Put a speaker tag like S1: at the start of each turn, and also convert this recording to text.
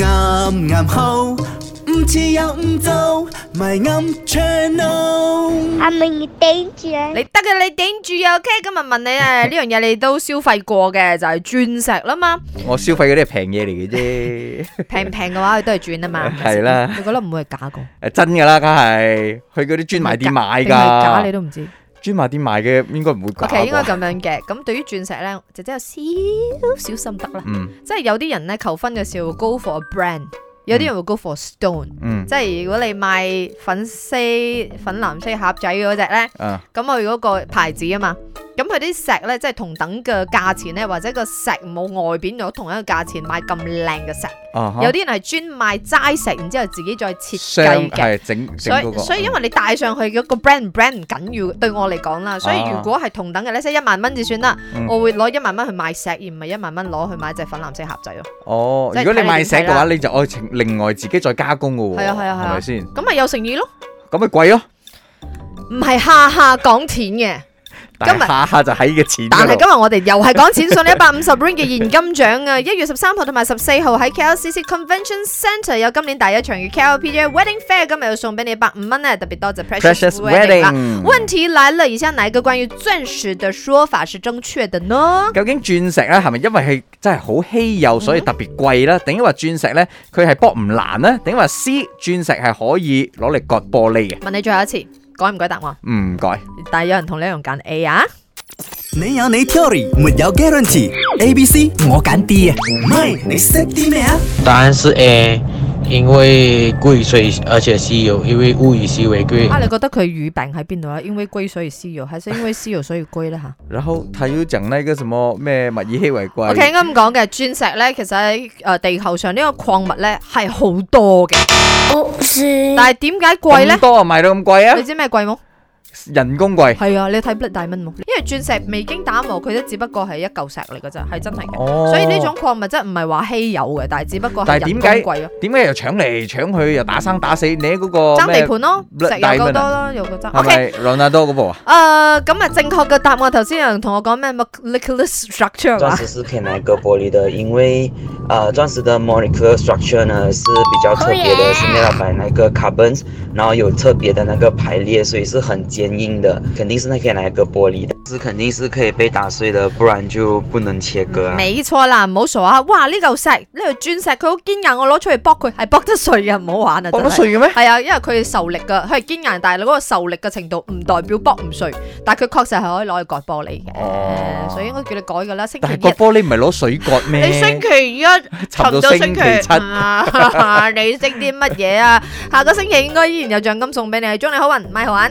S1: 啱啱好，唔似又唔做，咪啱 channel。
S2: 阿明你頂住啊！
S3: 你得嘅，你頂住啊！OK，今日問你 啊，呢樣嘢你都消費過嘅，就係鑽石啦嘛。
S4: 我消費嗰啲係平嘢 嚟嘅啫，
S3: 平唔平嘅話，佢都係鑽啊嘛。
S4: 係啦
S3: 你覺得唔會係假嘅？
S4: 誒真㗎啦，梗係去嗰啲專賣店買
S3: 定係假你
S4: 㗎，
S3: 都唔知。
S4: 專賣店買嘅應該唔會假
S3: OK，應該
S4: 啩。
S3: 咁樣嘅。咁對於鑽石咧，姐姐有少少心得啦。
S4: 嗯
S3: 即係有啲人咧求婚嘅時候會 go for a brand，有啲人會 go for stone。
S4: 嗯
S3: 即係如果你買粉色、粉藍色盒仔嗰只咧，
S4: 啊
S3: 咁佢嗰個牌子啊嘛，咁佢啲石咧即係同等嘅價錢咧，或者個石冇外邊有同一個價錢買咁靚嘅石，
S4: 啊哈
S3: 有啲人係專賣齋石，然之後自己再設計
S4: 箱
S3: 嘅。
S4: 係整整
S3: 所
S4: 嗰
S3: 以
S4: 個，
S3: 所以因為你帶上去嗰個 brand 唔 brand 唔緊要，對我嚟講啦。所以
S4: 啊
S3: 如果係同等嘅咧，即係一萬蚊就算啦，
S4: 嗯
S3: 我會攞一萬蚊去買石，而唔係一萬蚊攞去買隻粉藍色盒仔咯。
S4: 哦，
S3: 即係
S4: 如果你
S3: 睇你
S4: 賣
S3: 點
S4: 石
S3: 睇
S4: 嘅
S3: 啦
S4: 話，你就愛情另外自己再加工嘅喎，
S3: 係啊係啊係啊
S4: 係咪先？
S3: 咁咪有誠意咯，
S4: 咁咪貴咯，嗯
S3: 唔係下下講錢嘅。
S4: 但
S3: 今日
S4: 係下下就喺嘅錢
S3: 但係
S4: 嗰度
S3: 今日我哋又係講錢送呢一百五十 ring 嘅現金獎啊！一月十三號同埋十四號喺 KLCC Convention Centre 有今年第一場嘅 KLPJ Wedding Fair，今日又送俾你百五蚊啊！特別多謝 Precious
S4: Precious
S3: Wedding 啦。
S4: Wedding。
S3: 問題來了，以下哪一個關於鑽石的說法是正確的呢？
S4: 究竟鑽石咧係咪因為係真係好稀有，所以特別貴啦？定抑或鑽石咧佢係搏唔爛呢？定抑或 C 鑽石係可以攞嚟割玻璃嘅？
S3: 問你最後一次，改唔改答案？
S4: 唔該，
S3: 但係有人同你一樣揀 A 啊？
S1: 你有你 theory，沒有 guarantee。A、B、C 我揀 D 啊，唔係你識啲咩啊？
S5: 答案是 A，因为贵，所以而且稀有，因为物以稀为贵。
S3: 啊，你覺得佢語病喺邊度啊？因為龜所以私有，還是因為私有所以龜呢？吓？
S4: 然後他要講那個什麼咩物以稀為貴
S3: O K，啱講嘅鑽石咧，其實喺誒地球上呢個礦物咧係好多嘅，但係點解貴咧
S4: 嗯咁？多啊賣到咁貴
S3: 你
S4: 啊？
S3: 知咩貴冇？
S4: 人工貴
S3: 係啊，你睇 Blood Diamond 冇？因為鑽石未經打磨，佢都只不過係一嚿石嚟㗎咋，係真係嘅。
S4: 哦，
S3: 所以呢種礦物質唔係話稀有嘅，但係只不過
S4: 但
S3: 係
S4: 係
S3: 人
S4: 點
S3: 工
S4: 解
S3: 貴咯，啊
S4: 點解又搶嚟搶去又打生打死？你喺嗰個
S3: 爭地
S4: 咩
S3: 盤咯，
S4: Blood
S3: 石油夠
S4: Diamond
S3: 多
S4: 啊
S3: 啦，又個爭。O
S4: 係
S3: K。
S4: 咪 Ronaldo 嗰部啊？
S3: 誒咁啊，正確嘅答案頭先有人同我講咩 molecular structure
S6: 钻
S3: 啊，
S6: 石是可以拿来割玻璃的，因为呃，钻石的 molecular structure 呢是比较特别的，是没办法那个 carbons，然后有特别的那个排列，所以是很坚硬的，肯定是那可以拿来割玻璃的，是肯定是可以被打碎的，不然就不能切割啊。
S3: 冇錯啦，唔好傻啊！哇，呢嚿石呢嚿鑽石佢好堅硬，我攞出嚟剝佢係剝得碎嘅，唔好玩啊！
S4: 搏
S3: 真
S4: 得
S3: 係。
S4: 碎嘅咩？
S3: 係啊，因為佢受力噶，佢係堅硬，但係你嗰個受力嘅程度唔代表剝唔碎，但係佢確實係可以攞去割玻璃嘅，
S4: 哦
S3: 所以應該叫你改噶啦。星期
S4: 但係割
S3: 一，
S4: 玻璃唔係攞水割咩？
S3: 你星期一
S4: 沉到星期 七。
S3: 啊，你識啲乜嘢啊？下個星期應該依然有獎金送俾你，祝你好運，咪好玩。